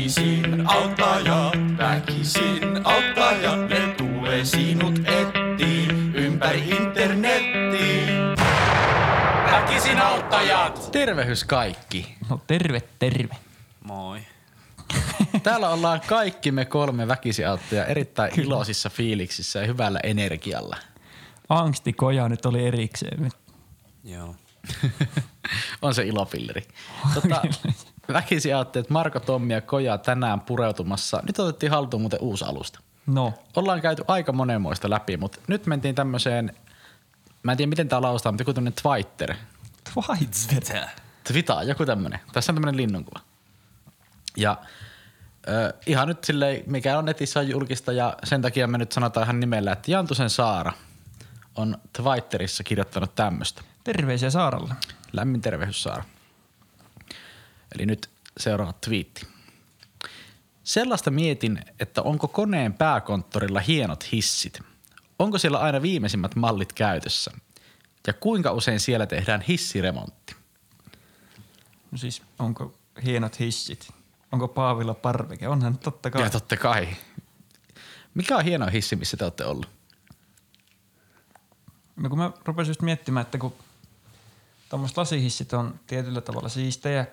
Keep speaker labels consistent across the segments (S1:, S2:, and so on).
S1: Väkisin auttaja, väkisin auttaja, ne tulee sinut etsiin ympäri internettiin. Väkisin auttajat!
S2: Tervehys kaikki.
S3: No terve, terve.
S4: Moi.
S2: Täällä ollaan kaikki me kolme väkisiauttoja erittäin Kyllä. iloisissa fiiliksissä ja hyvällä energialla.
S3: Angstikoja nyt oli erikseen. nyt.
S4: Joo.
S2: On se ilopilleri. Tota, väkisiauttajat Marko, Tommi ja Koja tänään pureutumassa. Nyt otettiin haltuun muuten uusi alusta.
S3: No,
S2: Ollaan käyty aika monenmoista läpi, mutta nyt mentiin tämmöiseen, mä en tiedä miten tää lausutaan, mutta joku tämmönen Twitter.
S3: Schweizwetter.
S2: Twitaa, joku tämmönen. Tässä on tämmönen linnunkuva. Ja ö, ihan nyt silleen, mikä on netissä on julkista ja sen takia me nyt sanotaan ihan nimellä, että Jantusen Saara on Twitterissä kirjoittanut tämmöistä.
S3: Terveisiä Saaralle.
S2: Lämmin tervehys Saara. Eli nyt seuraava twiitti. Sellaista mietin, että onko koneen pääkonttorilla hienot hissit. Onko siellä aina viimeisimmät mallit käytössä? Ja kuinka usein siellä tehdään hissiremontti?
S3: No siis, onko hienot hissit? Onko Paavilla parveke? Onhan totta kai.
S2: Ja totta kai. Siis Mikä on hieno hissi, missä te olette ollut?
S3: No kun mä rupesin just miettimään, että kun tuommoiset lasihissit on tietyllä tavalla siistejä,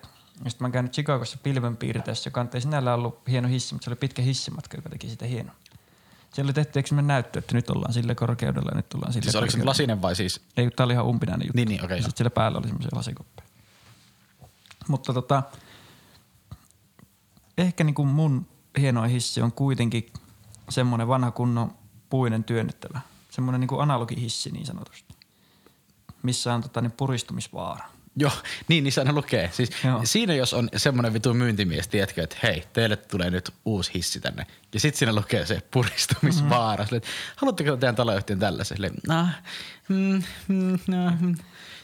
S3: ja sitten mä oon käynyt Chicagossa pilvenpiirteessä, joka nyt ei sinällään ollut hieno hissi, mutta se oli pitkä hissimatka, joka teki sitä hieno. Siellä oli tehty, eikö me näyttö, että nyt ollaan sillä korkeudella ja nyt ollaan sillä
S2: Siis oliko se nyt
S3: korkeudella.
S2: lasinen vai siis?
S3: Ei, kun tää oli ihan umpinainen juttu.
S2: Niin, niin, okei,
S3: Ja
S2: joo.
S3: Sitten siellä päällä oli semmoisia lasikoppeja. Mutta tota, ehkä niin kuin mun hienoin hissi on kuitenkin semmoinen vanha kunnon puinen työnnettävä. Semmoinen niin kuin analogihissi niin sanotusti, missä on tota, niin puristumisvaara.
S2: Joo, niin, niin se aina lukee. Siis
S3: Joo.
S2: siinä jos on semmoinen vitu myyntimies, tiedätkö, että hei, teille tulee nyt uusi hissi tänne. Ja sitten siinä lukee se
S3: Mhm.
S2: puristumisvaara. Mm-hmm. Haluatteko teidän taloyhtiön tällaisen? Silleen, no, mm, mm, no, mm.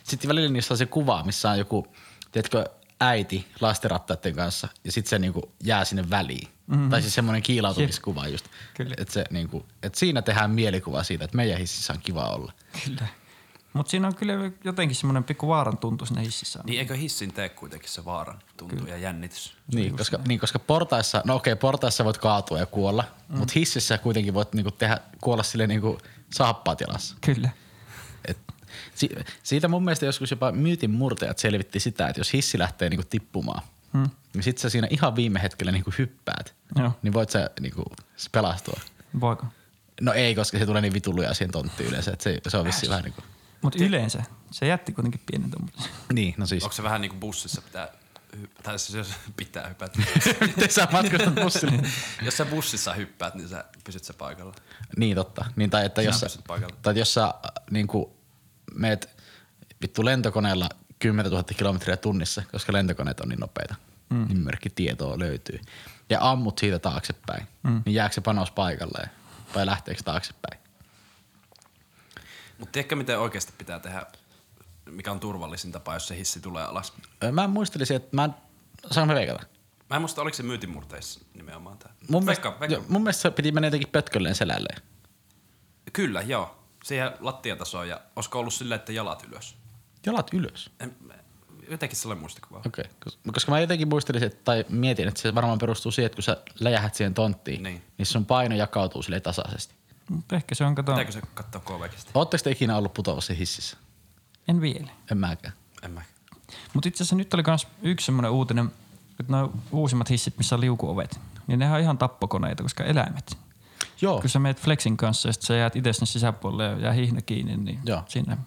S2: Sitten välillä niissä on se kuva, missä on joku, tiedätkö, äiti lastenrattaiden kanssa. Ja sitten se niinku jää sinne väliin. Mm-hmm. Tai siis semmoinen kiilautumiskuva just.
S3: Mhm. Kyllä.
S2: Että niinku, et siinä tehdään mielikuva siitä, että meidän hississä on kiva olla.
S3: Kyllä. Mutta siinä on kyllä jotenkin semmoinen pikku vaaran tuntu siinä hississä.
S4: Niin eikö hissin tee kuitenkin se vaaran tuntu ja jännitys?
S2: Niin koska, niin, koska portaissa, no okei, portaissa voit kaatua ja kuolla, mm. mutta hississä kuitenkin voit niinku tehdä, kuolla silleen niinku saappatilassa.
S3: Kyllä.
S2: Et, si, siitä mun mielestä joskus jopa myytin murtajat selvitti sitä, että jos hissi lähtee niinku tippumaan, mm. niin sit sä siinä ihan viime hetkellä niinku hyppäät,
S3: Joo.
S2: niin voit sä niinku s- pelastua.
S3: Voiko?
S2: No ei, koska se tulee niin vituluja siihen tonttiin yleensä, että se, se on vissiin vähän niinku,
S3: Mutta yleensä. Se jätti kuitenkin pienen tommosen.
S2: niin, no siis.
S4: Onko se vähän niinku bussissa pitää hy- tai siis jos pitää hypätä.
S2: Miten sä matkustat bussilla?
S4: jos sä bussissa hyppäät, niin sä pysyt se paikalla.
S2: Niin totta. Niin, tai että
S4: Sinä
S2: jos, sä-
S4: pystyt paikalle.
S2: tai että jos sä äh, niin kuin, meet vittu lentokoneella 10 000 kilometriä tunnissa, koska lentokoneet on niin nopeita, mm. niin merkki tietoa löytyy. Ja ammut siitä taaksepäin, mm. niin jääkö se panos paikalleen vai lähteekö taaksepäin?
S4: Mutta tiedätkö miten oikeasti pitää tehdä, mikä on turvallisin tapa, jos se hissi tulee alas?
S2: Ö, Mä muistelisin, että mä Saanko mä veikata?
S4: Mä en muista, oliko se myytinmurteissa nimenomaan tää.
S2: Mun,
S4: Veikka,
S2: mielestä, jo,
S4: veikka.
S2: mun mielestä se piti mennä jotenkin pötkölleen selälleen.
S4: Kyllä, joo. Siihen lattiatasoon ja olisiko ollut silleen, että jalat ylös?
S2: Jalat ylös.
S4: En, jotenkin sellainen muistikuvaa.
S2: Okei. Okay. Koska mä jotenkin muistelisin, että, tai mietin, että se varmaan perustuu siihen, että kun sä läjähät siihen tonttiin, niin,
S4: Niin.
S2: niin sun paino jakautuu sille tasaisesti.
S3: Mut ehkä se on, kato,
S4: Pitääkö se katsoa kovekesti?
S2: Oletteko te ikinä ollut putoavassa hississä?
S3: en vielä.
S2: En mäkään.
S4: En mä.
S3: Mutta itse asiassa nyt oli myös yksi semmoinen uutinen, että nämä uusimmat hissit, missä on liukuovet, niin nehän on ihan tappokoneita, koska eläimet.
S2: Joo,
S3: Kun sä meet Flexin kanssa ja sit sä jäät itse sinne sisäpuolelle ja jää hihna kiinni, niin
S2: Joo.
S3: sinne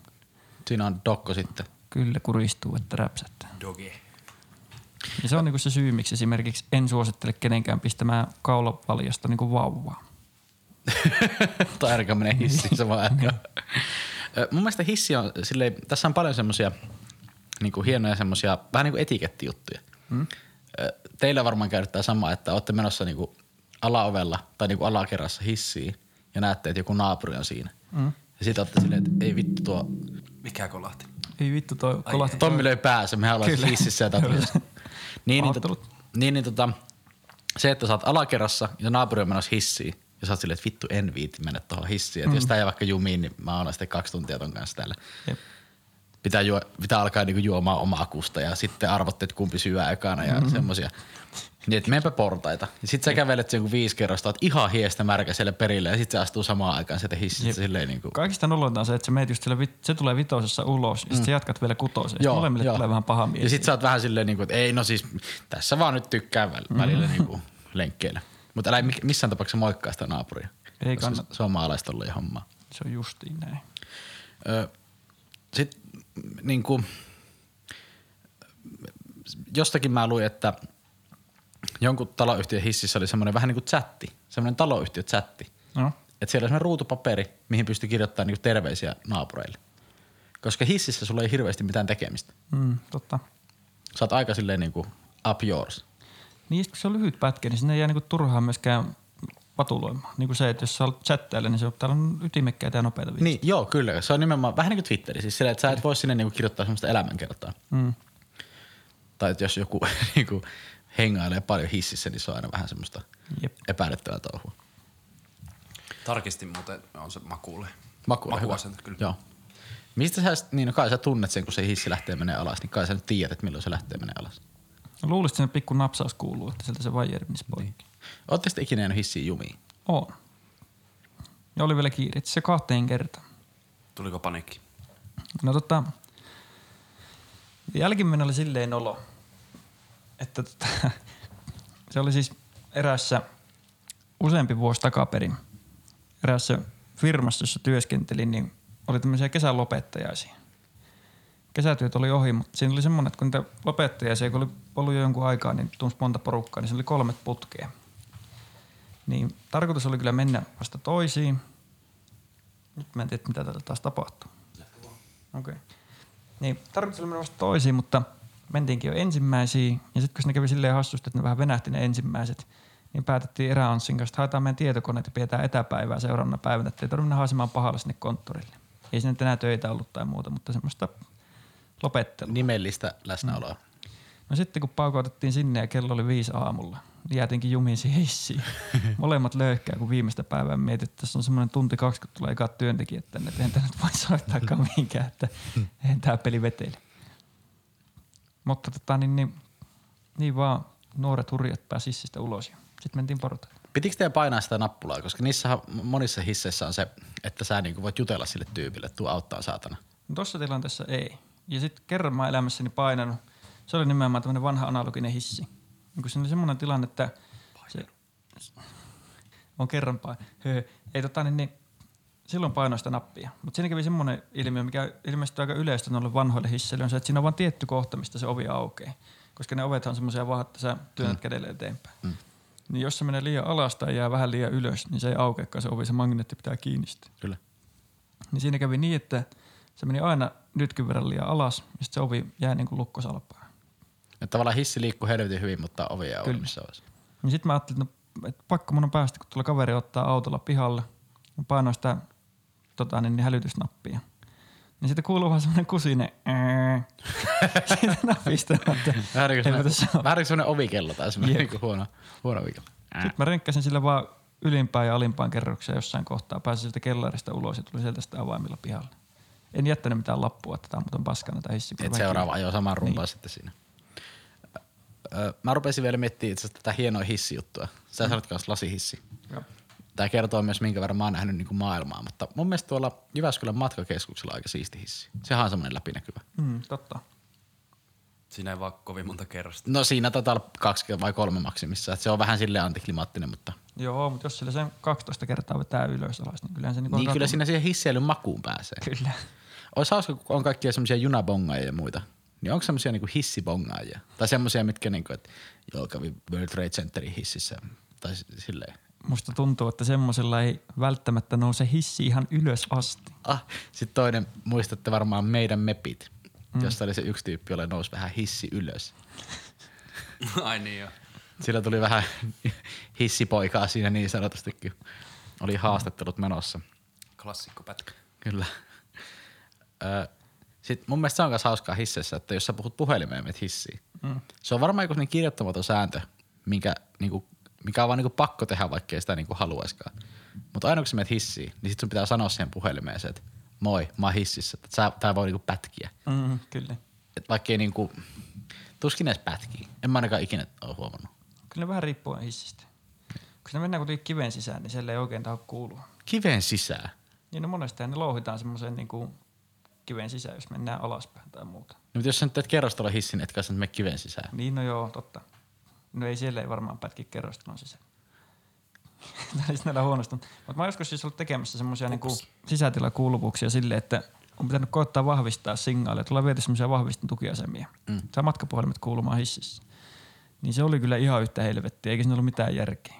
S2: siinä on dokko sitten.
S3: kyllä kuristuu, että räpsättää.
S4: Doge.
S3: Ja se on niinku se syy, miksi esimerkiksi en suosittele kenenkään pistämään kaulapaljasta niinku vauvaa.
S2: tai ainakaan menee hissiin samaan aikaan. Ö, Mun mielestä hissi on silleen, tässä on paljon semmosia niin kuin hienoja semmosia, vähän niin kuin etikettijuttuja. Mm. Teillä varmaan käydyttää sama, että olette menossa niin kuin alaovella tai niin kuin alakerrassa hissiin ja näette, että joku naapuri on siinä. Mm. Ja sitten olette silleen, että ei vittu tuo,
S4: Mikä kolahti?
S3: Ei vittu, toi kolahti.
S2: Tommi löi päässä, me ollaan siis hississä ja tatuoissa. niin, niin, tota,
S3: Pahoittelut.
S2: niin, niin tota, se, että sä oot alakerrassa ja naapuri on menossa hissiin ja sä oot silleen, että vittu en viiti mennä tuohon hissiin. Että mm. jos tää jää vaikka jumiin, niin mä oon sitten kaksi tuntia ton kanssa täällä.
S3: Jep.
S2: Pitää, juo, pitää alkaa niinku juomaan omaa kusta ja sitten arvotte, että kumpi syö ekana ja mm-hmm. semmosia. Niin, että menepä portaita. Ja sit sä kävelet sen joku viisi kerrosta, oot ihan hiestä märkä siellä perillä ja sit se astuu samaan aikaan sieltä hissistä silleen niinku.
S3: Kaikista nolointa on se, että sä meet just sillä, vit- se tulee vitosessa ulos ja sit sä jatkat vielä kutosessa. Mm. Joo, molemmille joo. tulee vähän paha mieli.
S2: Ja sit sä oot vähän silleen niinku, että ei no siis tässä vaan nyt tykkään
S3: Mhm.
S2: väl- välillä niinku lenkkeillä. Mutta älä mi- missään tapauksessa moikkaa sitä naapuria.
S3: Ei
S2: koska
S3: kannata.
S2: Se on maalaistolleen hommaa.
S3: Se on justiin näin.
S2: Ö, sit niin kuin, jostakin mä luin, että jonkun taloyhtiön hississä oli semmoinen vähän niin kuin chatti, semmoinen taloyhtiö-chatti.
S3: No,
S2: Että siellä on semmoinen ruutupaperi, mihin pystyy kirjoittamaan niin terveisiä naapureille. Koska hississä sulla ei hirveästi mitään tekemistä.
S3: mm, totta.
S2: Sä oot aika silleen niin kuin up yours.
S3: Niin, sit kun se on lyhyt pätkä, niin sinne ei jää niinku turhaan myöskään vatuloimaan. Niin kuin se, että jos sä olet chattailla, niin se on, täällä on ytimekkäitä ja nopeita viestejä.
S2: Niin, joo, kyllä. Se on nimenomaan vähän niin kuin Twitteri. Siis sillä, että sä et voi sinne niinku kirjoittaa semmoista elämänkertaa.
S3: Mm.
S2: Tai että jos joku niinku hengailee paljon hississä, niin se on aina vähän semmoista
S3: Jep.
S2: epäilyttävää touhua.
S4: Tarkistin muuten, on se makuule.
S2: Maku on hyvä.
S4: Makuasento, kyllä.
S2: Joo. Mistä sä, niin no kai sä tunnet sen, kun se hissi lähtee menee alas, niin kai sä nyt tiedät, että milloin se lähtee menee alas.
S3: Luulisin, että sinne pikku napsaus kuuluu, että sieltä se vajeri menisi poikki. Niin.
S2: Ootteko te ikinä jäänyt hissiin jumiin?
S3: On. Ja oli vielä kiire, itse asiassa kahteen kertaan.
S4: Tuliko paniikki?
S3: No tota, jälkimmäinen oli silleen olo, että tota, se oli siis erässä useampi vuosi takaperin erässä firmassa, jossa työskentelin, niin oli tämmöisiä kesälopettajaisia. Kesätyöt oli ohi, mutta siinä oli semmoinen, että kun niitä lopettajaisia, kun oli ollut jo jonkun aikaa, niin tunsi monta porukkaa, niin siinä oli kolme putkea. Niin tarkoitus oli kyllä mennä vasta toisiin. Nyt mä en tiedä, mitä täällä taas tapahtuu. Okei. Okay. Niin, tarkoitus oli mennä vasta toisiin, mutta mentiinkin jo ensimmäisiin. Ja sitten kun ne kävi silleen hassusti, että ne vähän venähti ne ensimmäiset, niin päätettiin eräanssin kanssa, että haetaan meidän tietokoneet ja pidetään etäpäivää seuraavana päivänä, ettei tarvitse mennä haisemaan pahalla sinne konttorille. Ei sinne nyt enää töitä ollut tai muuta, mutta semmoista lopettelua.
S2: Nimellistä läsnäoloa.
S3: No sitten kun paukautettiin sinne ja kello oli viisi aamulla, niin jäätinkin jumiin siihen hissiin. Molemmat löyhkää kun viimeistä päivää mietit, että tässä on semmoinen tunti 20 tulee ekat työntekijät tänne, että eihän tää nyt voi soittaakaan mihinkään, että eihän tää peli vetele. Mutta tota, niin, niin, niin vaan nuoret hurjat pääsi hissistä ulos ja sitten mentiin portaille.
S2: Pitikö teidän painaa sitä nappulaa, koska niissä monissa hisseissä on se, että sä niinku voit jutella sille tyypille, että tuu auttaa saatana.
S3: No Tuossa tilanteessa ei. Ja sitten kerran mä oon elämässäni painanut. Se oli nimenomaan tämmöinen vanha analoginen hissi. Ja Kun siinä oli semmoinen tilanne, että se, on kerran pain. Höhö. Ei tota niin, niin silloin painoi sitä nappia. Mutta siinä kävi semmoinen ilmiö, mikä ilmeisesti on aika yleistä noille vanhoille hisseille, on se, että siinä on vain tietty kohta, mistä se ovi aukeaa. Koska ne ovet on semmoisia vaan, että sä työnnät mm. kädelle eteenpäin. Mm. Niin jos se menee liian alas tai jää vähän liian ylös, niin se ei aukeakaan se ovi, se magneetti pitää kiinni sitä
S2: Kyllä.
S3: niin siinä kävi niin, että se meni aina nytkin verran liian alas, ja sit se ovi jäi niin kuin lukkosalpaan.
S2: Että tavallaan hissi liikkuu helvetin hyvin, mutta ovi ei ole
S3: Kyllä.
S2: missä olisi.
S3: Niin sitten mä ajattelin, että, no, että pakko mun on päästä, kun tulee kaveri ottaa autolla pihalle, ja painoin sitä tota, niin, niin hälytysnappia. Niin sitten kuuluu vaan semmoinen kusine. "Ää". Siitä napista. että
S2: Vähän niin kuin
S3: eipä tässä
S2: semmoinen- vähän niin kuin semmoinen ovikello tai semmoinen niinku huono, huono ovikello.
S3: Sitten mä renkkäsin sillä vaan ylimpään ja alimpaan kerrokseen jossain kohtaa. Pääsin sieltä kellarista ulos ja tulin sieltä sitä avaimilla pihalle. En jättänyt mitään lappua, että tämä on muuten paskana tai hissi. kun
S2: Et
S3: vähän
S2: seuraava ajoi saman rumpaan niin. sitten siinä. Ö, Mä rupesin vielä miettimään itse asiassa tätä hienoa hissijuttua. Sä mm. sanoit kanssa lasihissi.
S3: Joo.
S2: Tämä kertoo myös, minkä verran mä oon nähnyt niin maailmaa, mutta mun mielestä tuolla Jyväskylän matkakeskuksella on aika siisti hissi. Sehän on semmoinen läpinäkyvä.
S3: kiinni. Mm, totta.
S4: Siinä ei vaan kovin monta kerrasta.
S2: No siinä taitaa olla kaksi vai kolme maksimissa. Et se on vähän silleen antiklimaattinen, mutta
S3: Joo, mutta jos sillä sen 12 kertaa vetää ylös alas, niin kyllähän se niinku on
S2: niin kyllä
S3: ratunut.
S2: siinä siihen hissielyn makuun pääsee.
S3: Kyllä.
S2: Olisi hauska, kun on kaikkia semmoisia junabongaajia ja muita. Niin onko semmoisia niinku hissibongaajia? Tai semmoisia, mitkä niinku, että joo kävi World Trade Centerin hississä. Tai s- silleen.
S3: Musta tuntuu, että semmoisella ei välttämättä nouse hissi ihan ylös asti.
S2: Ah, sitten toinen, muistatte varmaan meidän mepit, mm. jossa oli se yksi tyyppi, jolle nousi vähän hissi ylös.
S4: Ai niin joo.
S2: Sillä tuli vähän hissipoikaa siinä niin sanotustikin. Oli haastattelut menossa.
S4: Klassikko pätkä.
S2: Kyllä. Ö, Sitten mun mielestä se on myös hauskaa hissessä, että jos sä puhut puhelimeen, menet hissiin. Mm. Se on varmaan joku sellainen kirjoittamaton sääntö, minkä, niinku, mikä on vaan niinku pakko tehdä, vaikkei sitä niinku haluaiskaan. Mutta aina kun sä menet hissiin, niin sit sun pitää sanoa siihen puhelimeen se, että moi, mä oon hississä. Että sä, tää voi niinku pätkiä.
S3: Mm, kyllä.
S2: Et vaikkei niinku, tuskin edes pätkii. En mä ainakaan ikinä ole huomannut.
S3: kyllä ne vähän riippuen hissistä. Kun ne mennään kuitenkin kiven sisään, niin siellä ei oikein taho kuulua.
S2: Kiven sisään.
S3: Niin no monestihan ne louhitaan semmoiseen niin kuin kiven sisään, jos mennään alaspäin tai muuta.
S2: No, mutta jos sä nyt teet kerrostalla hissin, etkä sä nyt mene kiven sisään.
S3: Niin no joo, totta. No ei siellä ei varmaan pätki kerrostalon sisään. Tää olisi näillä huonostunut. Mutta mä oon joskus siis ollut tekemässä semmoisia niinku sisätilakuuluvuuksia silleen, että on pitänyt koittaa vahvistaa signaaleja. Tulee viety semmoisia vahvistin tukiasemia. Mm. Saa matkapuhelimet kuulumaan hississä. Niin se oli kyllä ihan yhtä helvettiä, eikä siinä ollut mitään järkeä.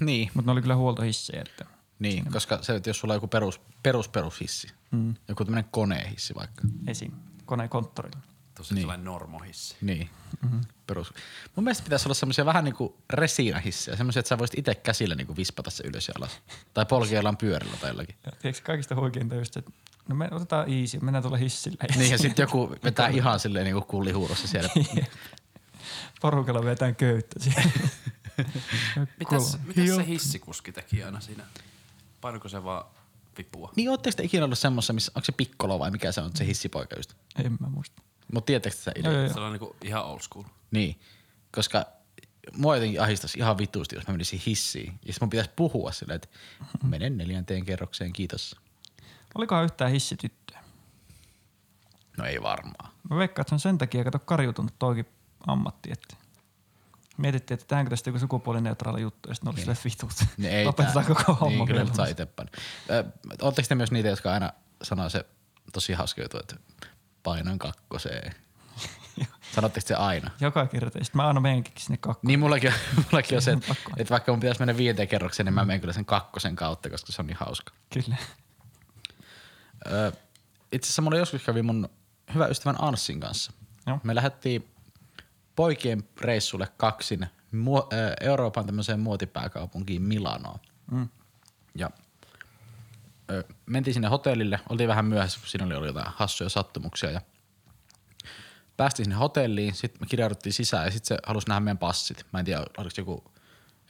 S2: Niin.
S3: Mutta ne oli kyllä huoltohissejä, että
S2: Niin, koska se, että jos sulla on joku perus, perus, perushissi, mm. joku tämmöinen konehissi vaikka,
S3: esim. konekonttorilla.
S4: Tosi niin. sellainen normohissi.
S2: niin, mm-hmm. perus. Mun mielestä pitäisi olla semmoisia vähän niin kuin resiinahissejä, semmoisia, että sä voisit itse käsillä niin kuin vispata se ylös ja alas. Tai polkijallaan pyörillä tai jollakin.
S3: Ja tiedätkö, kaikista huikeinta just, että no me otetaan easy, mennään tuolla hissillä.
S2: Niin, ja sitten joku vetää ihan silleen niin kuin kullihuurossa siellä.
S3: Porukalla vetään köyttä siellä.
S4: Mitäs, mitäs se hissikuski teki aina siinä? Painoiko se vaan vipua?
S2: niin ootteko te ikinä ollut semmoisessa, missä, onko se pikkolo vai mikä se on, se hissipoika just?
S3: en mä muista.
S2: Mutta tietääkö sä idea?
S3: Joo, joo.
S4: Sellainen niinku ihan old school.
S2: Niin, koska mua jotenkin ahistaisi ihan vitusti, jos mä menisin hissiin. Ja sit mun pitäisi puhua silleen, että menen neljänteen kerrokseen, kiitos.
S3: Olikohan yhtään hissityttöä?
S2: No ei varmaan.
S3: Mä veikkaan, että se on sen takia, kato karjutunut toikin ammatti, että mietittiin, että tähänkö tästä joku sukupuolineutraali juttu, ja sitten ne oli silleen vitut.
S2: Niin. Ne ei
S3: Lopetetaan
S2: tää-
S3: koko homma
S2: Niin, kyllä nyt saa
S3: vielä.
S2: itse panna. Ö, Ootteko te myös niitä, jotka aina sanoo se tosi hauska juttu, että painan kakkoseen? Sanotteko te aina?
S3: Joka kerta. Ja sitten mä aina menenkin sinne kakkoon.
S2: Niin mullakin, mullakin on se, että, että vaikka mun pitäisi mennä viiteen kerrokseen, niin mä menen kyllä sen kakkosen kautta, koska se on niin hauska.
S3: Kyllä.
S2: Ö, itse asiassa mulla joskus kävi mun hyvä ystävän Anssin kanssa.
S3: Joo.
S2: Me lähdettiin poikien reissulle kaksin muo- ö, Euroopan tämmöiseen muotipääkaupunkiin Milanoon. Mm. Ja ö, mentiin sinne hotellille, oltiin vähän myöhässä, kun siinä oli ollut jotain hassuja sattumuksia ja päästiin sinne hotelliin, sitten me kirjauduttiin sisään ja sitten se halusi nähdä meidän passit. Mä en tiedä, oliko se joku,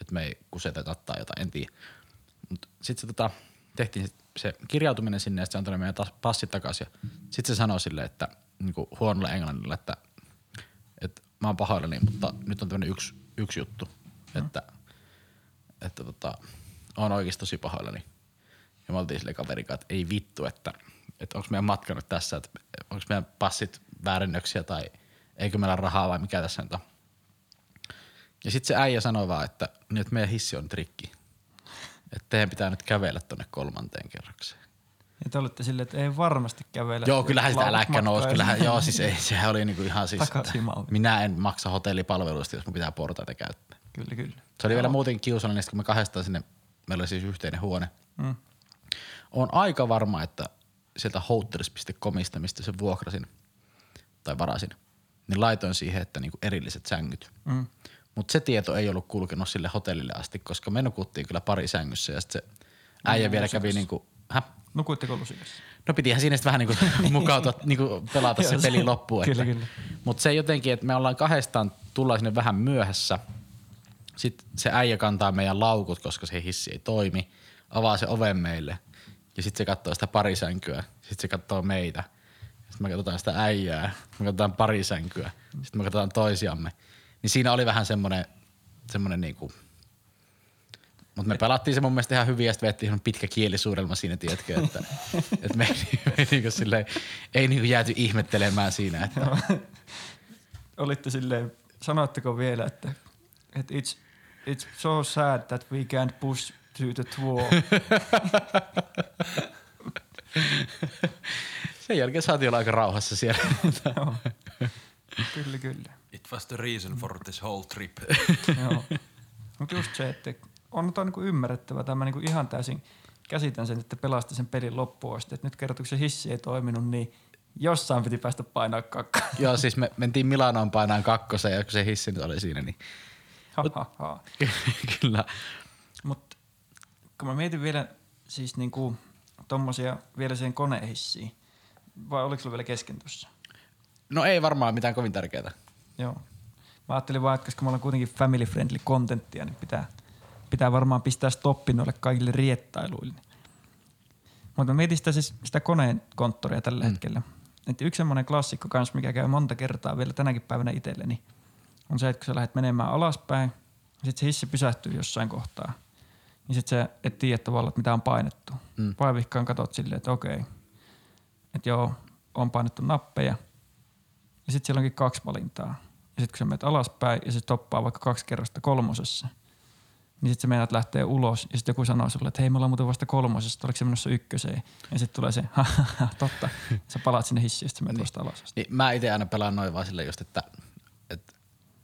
S2: että me ei kuseteta tai jotain, en tiedä. Mutta sitten se tota, tehtiin sit se kirjautuminen sinne ja sitten se antoi ne meidän tas- passit takaisin. Sitten se sanoi sille, että niinku huonolla englannilla, että, että mä oon pahoillani, mutta nyt on tämmöinen yksi, yksi juttu, että, että tota, on oikeasti tosi pahoillani. Ja me oltiin sille kaverikaan, että ei vittu, että, että onko meidän matka nyt tässä, että onko meidän passit väärennöksiä tai eikö meillä ole rahaa vai mikä tässä nyt on. Ja sitten se äijä sanoi vaan, että, niin, että meidän hissi on trikki. Että teidän pitää nyt kävellä tonne kolmanteen kerrokseen.
S3: Ja te olitte silleen, että ei varmasti kävele.
S2: Joo, kyllähän sitä
S3: Lautat
S2: läkkä nousi.
S3: matkaan
S2: Kyllähän, joo, siis ei, sehän oli niinku ihan siis, että
S3: Takaisin malmiin.
S2: minä en maksa hotellipalveluista, jos mun pitää portaita käyttää.
S3: Kyllä, kyllä.
S2: Se oli vielä muuten kiusallinen, sit kun me kahdestaan sinne, meillä oli siis yhteinen huone. Mm. On aika varma, että sieltä hotels.comista, mistä sen vuokrasin tai varasin, niin laitoin siihen, että niinku erilliset sängyt. Mm. Mutta se tieto ei ollut kulkenut sille hotellille asti, koska me nukuttiin kyllä pari sängyssä ja sitten se äijä vielä kävi niinku, häh?
S3: Nukuitteko lusikassa?
S2: No pitihän siinä sitten vähän niinku mukautua, niinku pelata se
S3: Joo, se-
S2: peli loppuun.
S3: kyllä, kyllä.
S2: Mutta se jotenkin, että me ollaan kahdestaan, tullaan sinne vähän myöhässä. Sitten se äijä kantaa meidän laukut, koska se hissi ei toimi. Avaa se oven meille. Ja sitten se katsoo sitä parisänkyä. Sitten se katsoo meitä. Sitten me katsotaan sitä äijää. Me katsotaan parisänkyä. Sitten me katsotaan toisiamme. Niin siinä oli vähän semmoinen, semmoinen niinku, mutta me pelattiin se mun mielestä ihan hyvin ja sitten vettiin ihan pitkä kielisuudelma siinä, tiedätkö, että, että me, ei- me ei niinku silleen, ei niinku jääty ihmettelemään siinä, että
S3: Olitte silleen, sanoitteko vielä, että, että it's, it's so sad that we can't push to the wall.
S2: Sen jälkeen saatiin olla aika rauhassa siellä.
S3: Joo. kyllä, kyllä.
S4: It was the reason for this whole trip.
S3: Joo. Mutta just se, että on tuo niinku ymmärrettävä. Tämä niinku ihan täysin käsitän sen, että pelasti sen pelin loppuun asti. Et nyt kertoo, kun se hissi ei toiminut, niin jossain piti päästä painaa kakkaa.
S2: Joo, siis me mentiin Milanoon painaan kakkosen ja kun se hissi nyt oli siinä, niin
S3: Ha, ha, ha.
S2: kyllä.
S3: Mutta kun mä mietin vielä siis niinku tommosia vielä siihen konehissiin, vai oliko sulla vielä kesken tuossa?
S2: No ei varmaan mitään kovin tärkeää.
S3: Joo. Mä ajattelin vaan, että koska me ollaan kuitenkin family friendly contenttia, niin pitää, pitää varmaan pistää stoppi noille kaikille riettailuille. Mutta mä mietin sitä, siis, sitä koneen konttoria tällä mm. hetkellä. Et yksi semmoinen klassikko kans, mikä käy monta kertaa vielä tänäkin päivänä itselleni, on se, että kun sä lähdet menemään alaspäin, sitten se hissi pysähtyy jossain kohtaa. Niin sitten sä et tiedä tavallaan, että mitä on painettu. Mm. Vaivihkaan katot silleen, että okei, että joo, on painettu nappeja. Ja sitten siellä onkin kaksi valintaa. Ja sitten kun sä menet alaspäin ja se toppaa vaikka kaksi kerrosta kolmosessa, niin sitten sä meinaat lähteä ulos ja sitten joku sanoo sulle, että hei me ollaan muuten vasta kolmosesta, oliko se menossa ykköseen? Ja sitten tulee se, "Ha, ha, ha, totta, sä palaat sinne hissiin ja sitten sä menet vasta alas.
S2: Niin mä itse aina pelaan noin vaan sille just, että, että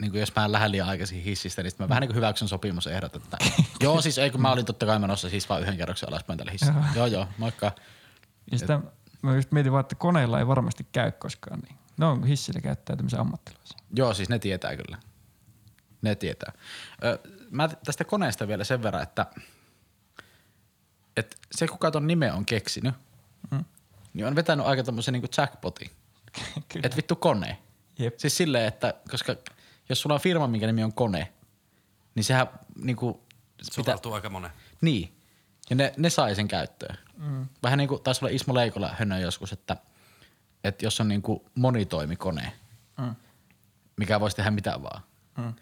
S2: niin kuin jos mä en lähde liian aikaisin hissistä, niin sit mä vähän niin kuin hyväksyn sopimusehdot, että joo siis ei kun mä olin totta kai menossa siis vaan yhden kerroksen alaspäin tällä hissillä. joo joo, moikka.
S3: Ja sitä mä just mietin vaan, että koneilla ei varmasti käy koskaan niin. Ne on hissillä käyttäytymisen ammattilaisia.
S2: Joo, siis ne tietää kyllä. Ne tietää. Ö, mä tästä koneesta vielä sen verran, että, että se kuka ton nimen on keksinyt, mm. niin on vetänyt aika tommosen niinku jackpotin.
S3: Kyllä.
S2: Että vittu kone.
S3: Jep.
S2: Siis silleen, että koska jos sulla on firma, minkä nimi on kone, niin sehän niinku... Pitää,
S4: Soveltuu aika monen.
S2: niin. Ja ne, ne sai sen käyttöön. Mm. Vähän niin kuin taisi olla Ismo Leikola hönö joskus, että, että jos on niin kuin monitoimikone, mm. mikä voisi tehdä mitä vaan. Mm.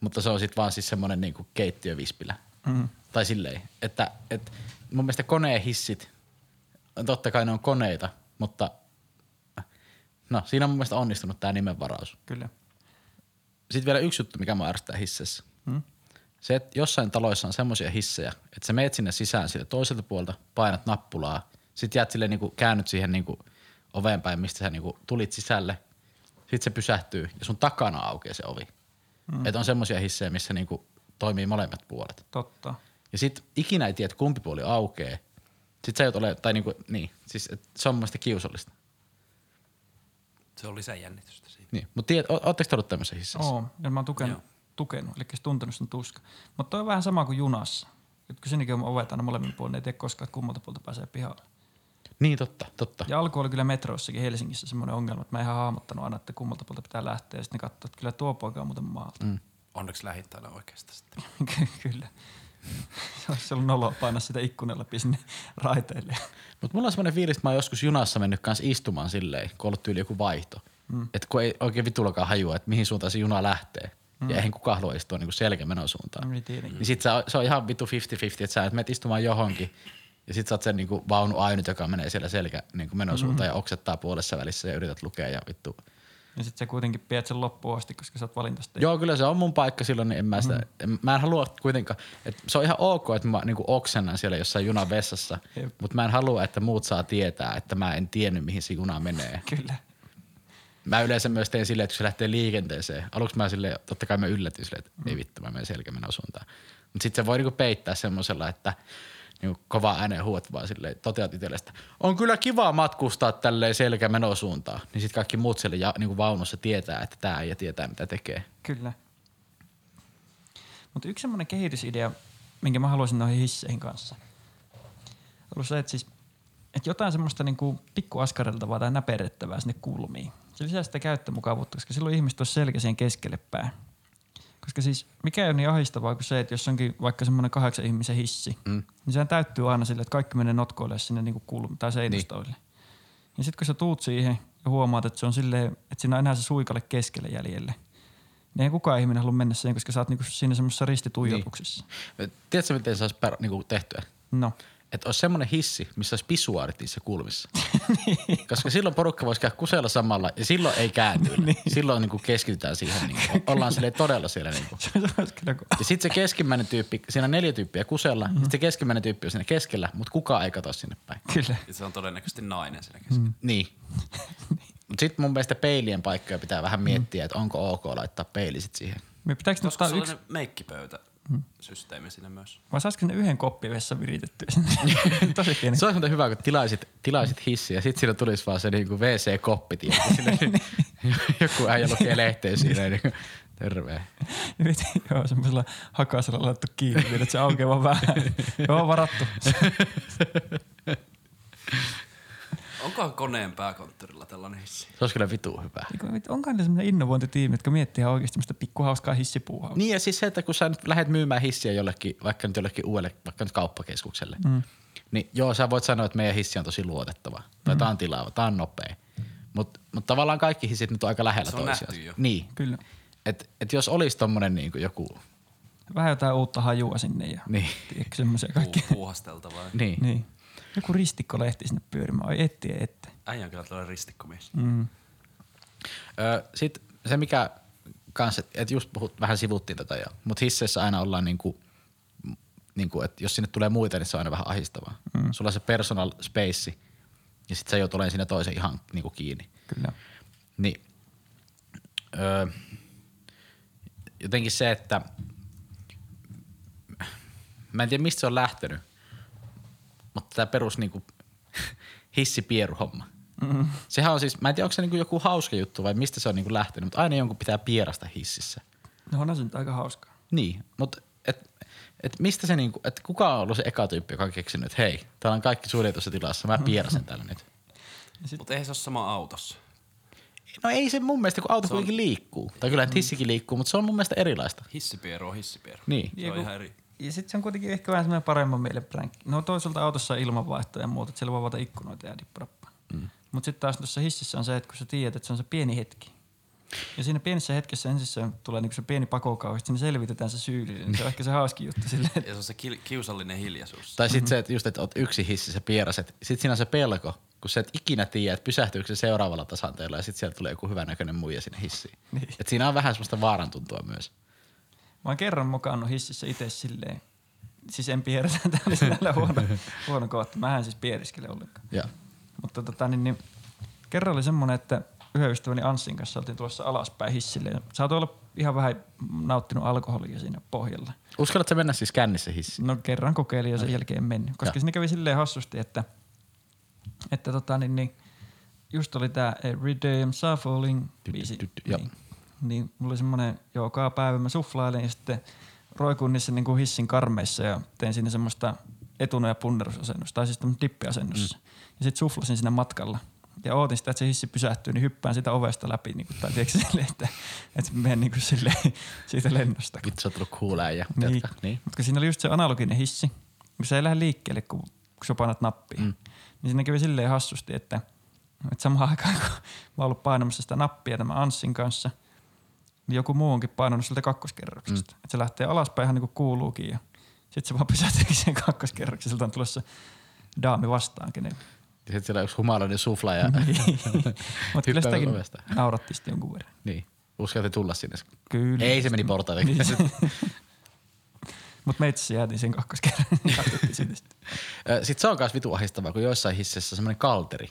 S2: Mutta se on sitten vaan siis semmoinen niin kuin keittiövispilä. Mm. Tai silleen, että, että mun mielestä konehissit, totta kai ne on koneita, mutta no siinä on mun mielestä onnistunut tämä nimenvaraus.
S3: Kyllä.
S2: Sitten vielä yksi juttu, mikä mä ärsyttää hisseissä. Hmm? Se, että jossain taloissa on semmoisia hissejä, että sä meet sinne sisään sieltä toiselta puolelta, painat nappulaa, sit jäät silleen niinku, käännyt siihen niinku oveen päin, mistä sä niinku tulit sisälle. Sitten se pysähtyy ja sun takana aukeaa se ovi. Hmm. Että on semmoisia hissejä, missä niinku toimii molemmat puolet.
S3: Totta.
S2: Ja sit ikinä ei tiedä, että kumpi puoli aukeaa. Sit sä jout ole, tai niinku, niin, siis et, se on mun mielestä kiusallista.
S4: Se on lisää jännitystä siinä.
S2: Niin. Mutta tiedät, o- ootteko te ollut tämmöisessä hisseissä?
S3: Oo, ja mä oon tukenut,
S4: Joo.
S3: tukenut eli tuntenut sen tuskan. Mutta toi on vähän sama kuin junassa. Et kun sinnekin on ovet aina molemmin puolin, niin ei tiedä koskaan, että kummalta puolta pääsee pihalle.
S2: Niin, totta, totta.
S3: Ja alku oli kyllä metroissakin Helsingissä semmoinen ongelma, että mä en ihan hahmottanut aina, että kummalta puolta pitää lähteä. Ja sitten ne katsoi, että kyllä tuo poika on muuten maalta. Mm.
S4: Onneksi lähit aina oikeastaan sitten.
S3: kyllä. Se olisi ollut noloa painaa sitä ikkunan läpi sinne raiteille.
S2: Mutta mulla on semmoinen fiilis, että mä oon joskus junassa mennyt kanssa istumaan silleen, kun on ollut tyyli joku vaihto. Mm. Että kun ei oikein vitullakaan hajua, että mihin suuntaan se juna lähtee. Mm. Ja eihän kukaan halua istua niinku selkämenon suuntaan.
S3: Niin tietenkin.
S2: Niin sit sä, se on ihan vitu 50-50, että sä et menet istumaan johonkin. Ja sit sä oot sen niinku vaunu ainut, joka menee siellä selkä niinku menosuuntaan mm. ja oksettaa puolessa välissä ja yrität lukea ja vittu.
S3: Ja sitten sä kuitenkin pidät sen loppuun asti, koska sä oot valintasta.
S2: Joo, kyllä se on mun paikka silloin, niin en mä sitä, en, mä en halua kuitenkaan, että se on ihan ok, että mä niinku oksennan siellä jossain junan vessassa,
S3: Jep.
S2: mutta mä en halua, että muut saa tietää, että mä en tiennyt, mihin se juna menee.
S3: Kyllä.
S2: Mä yleensä myös teen silleen, että kun se lähtee liikenteeseen, aluksi mä silleen, totta kai mä yllätin silleen, että ei vittu, mä menen selkämenosuuntaan. suuntaan. Mutta sitten se voi niinku peittää semmoisella, että niinku kova ääneen huuat vaan silleen, toteat itsellestä, on kyllä kiva matkustaa tälleen selkämenosuuntaan. suuntaan. Niin sitten kaikki muut siellä ja, niinku vaunussa tietää, että tämä ei tietää, mitä tekee.
S3: Kyllä. Mutta yksi semmoinen kehitysidea, minkä mä haluaisin noihin hisseihin kanssa, on ollut se, että siis, että jotain semmoista niinku pikkuaskareltavaa tai näperrettävää sinne kulmiin. Se lisää sitä käyttömukavuutta, koska silloin ihmiset olisi selkä siihen keskelle päin. Koska siis mikä ei ole niin ahistavaa kuin se, että jos onkin vaikka semmoinen kahdeksan ihmisen hissi, mm. niin sehän täyttyy aina sille, että kaikki menee notkoille sinne niinku kulmi tai seinästöille. Niin. Ja sitten kun sä tuut siihen ja huomaat, että se on silleen, että siinä on enää se suikalle keskelle jäljelle, niin ei kukaan ihminen halua mennä siihen, koska sä oot niinku siinä semmoisessa ristituijotuksessa.
S2: Tiedätkö, miten se saisi pär, niinku tehtyä?
S3: Niin. No,
S2: Että olisi semmoinen hissi, missä olisi pisuaarit niissä kulmissa. Koska silloin porukka voisi käydä kusella samalla ja silloin ei kääntyä. niin. Silloin niinku keskitytään siihen. Niinku. Ollaan silleen todella siellä. Niinku.
S3: se olisi kyllä ko-
S2: Ja sitten se keskimmäinen tyyppi, siinä on neljä tyyppiä kusella, mm-hmm. sitten se keskimmäinen tyyppi on siinä keskellä, mutta kukaan ei katso sinne päin.
S3: Kyllä.
S4: Ja se on todennäköisesti nainen siinä keskellä. Mm.
S2: Niin. Mutta sitten mun mielestä peilien paikkoja pitää vähän miettiä, että onko ok laittaa peili sit siihen.
S3: Me pitääkö nyt
S4: Koska
S3: ottaa
S4: se
S3: yksi,
S4: yksi... meikkipöytä mm. systeemi siinä myös.
S3: vai saisiko ne yhden koppin vessa viritettyä sinne? Tosi pieni.
S2: Se olisi muuten hyvä, kun tilaisit, tilaisit hissi ja sitten siinä tulisi vaan se niinku WC-koppi. tiedätkö, silleen, Joku äijä lukee lehteen siinä. Niin kuin, terve.
S3: Nyt- Joo, semmoisella hakasella laittu kiinni, vielä, että se aukeaa vaan vähän. Joo, varattu.
S4: Onkohan koneen pääkonttorilla tällainen hissi?
S2: Se olisi kyllä vitu hyvä.
S3: Onko niillä semmoinen innovointitiimi, jotka miettii ihan oikeasti tämmöistä pikkuhauskaa hissipuuhaa?
S2: Niin ja siis se, että kun sä nyt lähdet myymään hissiä jollekin, vaikka nyt jollekin uudelle, vaikka nyt kauppakeskukselle, mm. niin joo, sä voit sanoa, että meidän hissi on tosi luotettava. Tai tää on tilaava, tää on nopea. Mutta mut tavallaan kaikki hissit nyt on aika lähellä
S4: Se on
S2: toisiaan.
S4: nähty jo.
S2: Niin.
S3: Kyllä.
S2: että et jos olisi tommonen niinku joku,
S3: Vähän jotain uutta hajua sinne ja
S2: niin,
S3: tiedätkö, semmoisia
S4: Puu,
S3: kaikkia.
S4: puuhasteltavaa.
S2: niin, niin.
S3: Niin. Joku ristikkolehti sinne pyörimään. Ai ettei, ettei.
S4: Äijä on kyllä tuolla ristikkomies.
S3: Mm.
S2: Öö, Sitten se, mikä kans, että et just puhut, vähän sivuttiin tätä jo, mutta hisseissä aina ollaan niinku, niinku, että jos sinne tulee muita, niin se on aina vähän ahistavaa. Mm. Sulla on se personal space, ja sitten sä joudut olemaan siinä toisen ihan niinku kiinni.
S3: Kyllä.
S2: Niin, öö, jotenkin se, että mä en tiedä mistä se on lähtenyt, mutta tämä perus niinku, hissipieruhomma. Mm-hmm. Sehän on siis, mä en tiedä onko se niinku joku hauska juttu vai mistä se on niinku lähtenyt, mutta aina jonkun pitää pierasta hississä.
S3: No onhan se nyt aika hauskaa.
S2: Niin, mutta et, et mistä se niinku, et kuka on ollut se eka tyyppi, joka on keksinyt, että hei, täällä on kaikki suljetussa tilassa, mä pierasen täällä nyt.
S4: Mutta eihän se ole sama autossa.
S2: No ei se mun mielestä, kun auto kuitenkin liikkuu. Tai kyllä, että hissikin liikkuu, mutta se on mun mielestä erilaista.
S4: Hissipieru on hissipieru.
S2: Niin.
S4: Se on ihan eri.
S3: Ja sitten se on kuitenkin ehkä vähän semmoinen paremman mielen plänkki. No toisaalta autossa on ilmanvaihto ja muuta, että siellä voi avata ikkunoita ja dipparappaa. Mm. Mutta sitten taas tuossa hississä on se, että kun sä tiedät, että se on se pieni hetki. Ja siinä pienessä hetkessä ensin tulee niinku se pieni pakokausi, niin selvitetään se syyllinen. Se on ehkä se hauski juttu silleen, että
S4: Ja se on se kil- kiusallinen hiljaisuus.
S2: Tai sitten se, että just, että oot yksi hississä pieraset. Sitten siinä on se pelko, kun sä et ikinä tiedä, että pysähtyykö se seuraavalla tasanteella ja sitten sieltä tulee joku hyvänäköinen muija sinne hissiin. Niin. Et siinä on vähän semmoista vaarantuntua myös.
S3: Mä oon kerran mokannut hississä itse silleen. Siis en piertä, tää oli sinällä huono, huono kohta. Mähän siis pieriskele ollenkaan.
S2: Ja.
S3: Mutta tota, niin, niin, kerran oli semmonen, että yhden ystäväni Anssin kanssa oltiin tuossa alaspäin hissille. Ja saatoi olla ihan vähän nauttinut alkoholia siinä pohjalla.
S2: Uskallatko sä mennä siis kännissä hissiin?
S3: No kerran kokeilin ja sen jälkeen en mennyt. Koska
S2: Joo.
S3: siinä kävi silleen hassusti, että, että tota, niin, niin, just oli tää eh, Every Day I'm Shuffling
S2: Ty-
S3: biisi.
S2: ty- ty- joo.
S3: Niin, niin mulla oli semmonen, joka päivä mä suflailen ja sitten roikuin niissä niin kuin hissin karmeissa ja tein siinä semmoista etuna- ja punnerusasennusta, tai siis tämmöistä dippiasennossa. Mm. Ja sit suflasin siinä matkalla. Ja ootin sitä, että se hissi pysähtyy, niin hyppään sitä ovesta läpi, niin kuin, tai tiedätkö silleen, että, että menen niin kuin silleen siitä lennosta.
S2: Vittu, sä oot tullut cool äijä.
S3: Niin.
S2: Jatka. Niin.
S3: Mutta siinä oli just se analoginen hissi, kun se ei lähde liikkeelle, kun, kun sä painat nappia. Mm. Niin siinä kävi silleen hassusti, että, että samaan aikaan kun mä oon ollut painamassa sitä nappia tämän Anssin kanssa, niin joku muu onkin painanut sieltä kakkoskerroksesta. Mm. Että se lähtee alaspäin ihan niin kuin kuuluukin. Ja sitten se vaan pysähtyykin sen kakkoskerroksen. Sieltä on tulossa daami vastaan, kenen.
S2: Ja sitten siellä on yksi humalainen sufla ja
S3: Niin. Mutta kyllä
S2: Hyppäämällä
S3: sitäkin
S2: ovesta.
S3: nauratti sitten jonkun verran.
S2: niin. Uskalti tulla sinne.
S3: Kyllä.
S2: Ei, se meni portaille.
S3: Mutta me itse asiassa jäätiin sen kakkoskerran. Jatkettiin siitä sitten.
S2: Ö, Sit se on myös vitu ahistavaa, kun joissain hisseissä on semmoinen kalteri.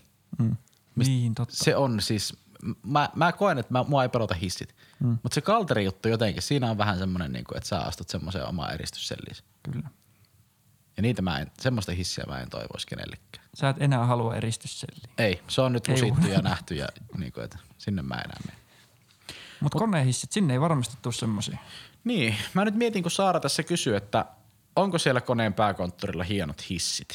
S3: Niin, totta.
S2: Se on siis, m- mä, mä koen, että mä, mua ei pelota hissit. Mm. Mutta se kalteri juttu jotenkin, siinä on vähän semmoinen, niin että sä astut semmoiseen omaan eristysselliin.
S3: Kyllä.
S2: Ja niitä mä en, semmoista hissiä mä en toivoisi kenellekään.
S3: Sä et enää halua eristysselliä.
S2: Ei, se on nyt
S3: Ei
S2: lusittu ja nähty ja niin kuin, että sinne mä enää mene.
S3: Mutta konehissit, sinne ei varmasti tuu semmosia.
S2: Niin, mä nyt mietin, kun Saara tässä kysyy, että onko siellä koneen pääkonttorilla hienot hissit?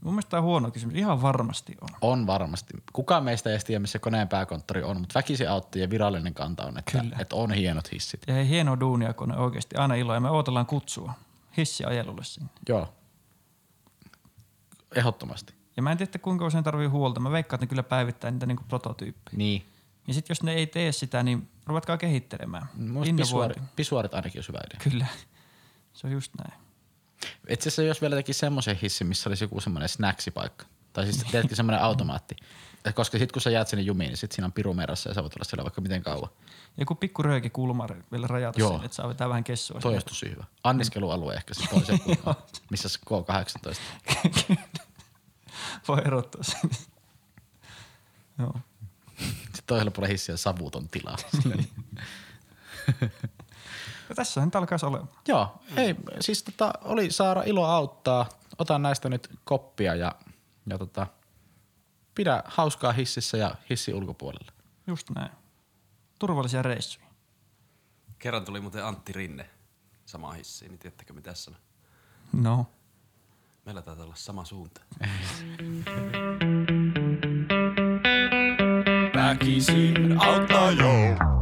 S3: Mun mielestä tää on huono kysymys. Ihan varmasti on.
S2: On varmasti. Kukaan meistä ei edes tiedä, missä koneen pääkonttori on, mutta väkisin autti ja virallinen kanta on, että,
S3: Kyllä.
S2: että on hienot hissit.
S3: Ja hei, hieno duunia kone oikeasti. Aina ilo ja me ootellaan kutsua hissiajelulle sinne.
S2: Joo. Ehdottomasti.
S3: Ja mä en tiedä, että kuinka usein tarvii huolta. Mä veikkaan, että ne kyllä päivittää niitä niinku prototyyppejä.
S2: Niin.
S3: Ja sitten jos ne ei tee sitä, niin ruvetkaa kehittelemään.
S2: Mun
S3: Innovointi.
S2: pisuarit, pisuarit ainakin olisi hyvä idea.
S3: Kyllä. Se on just näin.
S2: Itse asiassa jos vielä tekisi semmoisen hissin, missä olisi joku semmoinen snacksipaikka. Tai siis teetkö semmoinen automaatti. Et Koska sit kun sä jäät sinne jumiin, niin sit siinä on piru merassa ja sä voit olla siellä vaikka miten kauan.
S3: Joku pikku rööki kulma vielä rajata
S2: Joo.
S3: sinne, että saa vetää vähän kessua.
S2: Toi
S3: sinne.
S2: olisi tosi hyvä. Anniskelualue ehkä se toisen puolella, missä se K18.
S3: Voi erottaa sen. Joo.
S2: Sitten toisella puolella hissiä savuton tila.
S3: Ja tässä nyt alkaisi olemaan.
S2: Joo, hei, siis tota, oli Saara ilo auttaa. Ota näistä nyt koppia ja, ja tota, pidä hauskaa hississä ja hissi ulkopuolella.
S3: Just näin. Turvallisia reissuja.
S4: Kerran tuli muuten Antti Rinne samaan hissiin, niin tiedättekö mitä sanoi?
S3: No.
S4: Meillä taitaa olla sama suunta.
S1: Väkisin auttaja.